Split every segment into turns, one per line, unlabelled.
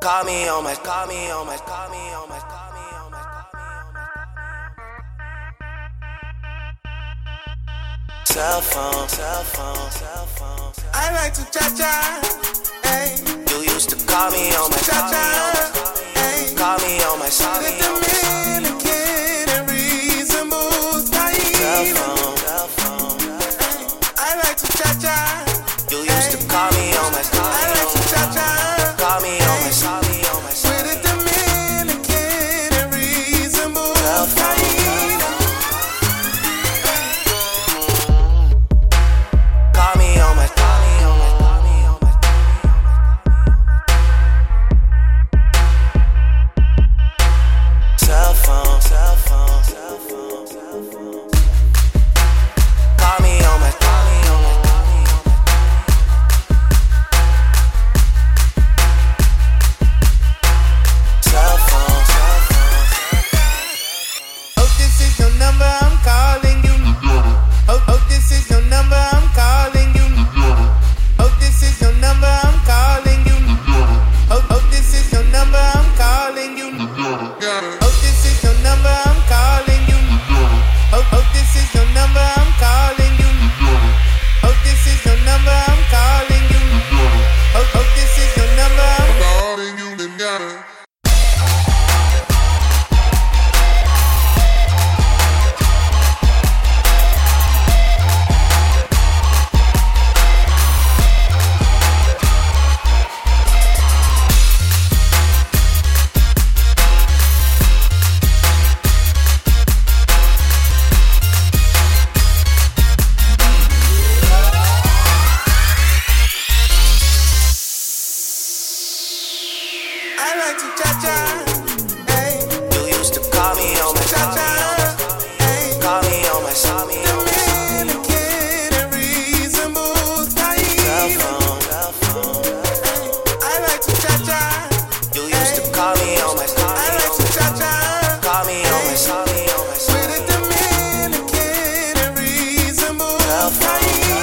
Call me on my, call me on my, call me on my, call me on my, call me on my, cell phone, cell phone, cell phone. cell
I like to cha cha, hey,
phone. You used to call me on my,
cha
call me on my,
cha, hey.
call me on my, call me
With
on my.
Dominican and reasonable
Cell
style.
phone, cell phone.
I like to cha cha,
You used to call me on my, call
I
me
like
on
to
my,
cha cha.
call me on my, call me on my.
With a Dominican and reasonable
Cell phone.
style.
Call me on my, call me on my, call me on my, call me on my. Cell phone, cell phone, cell phone, cell phone. Call me on my, call me on my, call me on my. Cell phone, cell phone, cell
Oh, this is your number, I'm calling you. Oh, oh, this is your number, I'm calling you. Oh, this is your number, I'm calling you. Oh, oh, this is your number, I'm calling you. Oh, this is your number, I'm calling you. Oh, oh, this is your number, I'm calling you. Oh, this is your number, I'm calling you. Oh, oh, this is your number, I'm I like to cha cha, hey,
phone. You used to call me on my,
cha
call me on my,
cha, hey.
call me on my, call me on my.
Dominican and reasonable
Cell
style.
phone, cell phone.
I like to cha cha,
You used to call me on my, call
I
me
like
on
to
my,
cha cha.
call me on my, call me on my.
With a Dominican and reasonable style.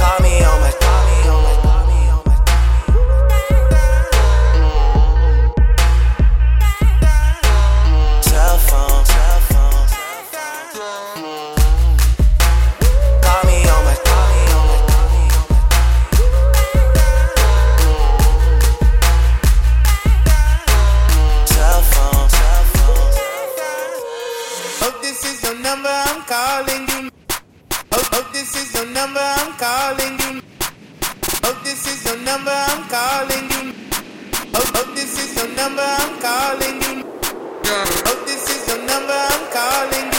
Call me on my, call me on my, call me on my. Cell phone, cell phone. Call me on my, call me on my, call me on my. Cell phone, cell phone.
Oh, this is your number, I'm calling you. Oh, oh, this is your number, I'm calling you. Oh, this is your number, I'm calling you. Oh, oh, this is your number, I'm calling you. Oh, this is your number, I'm calling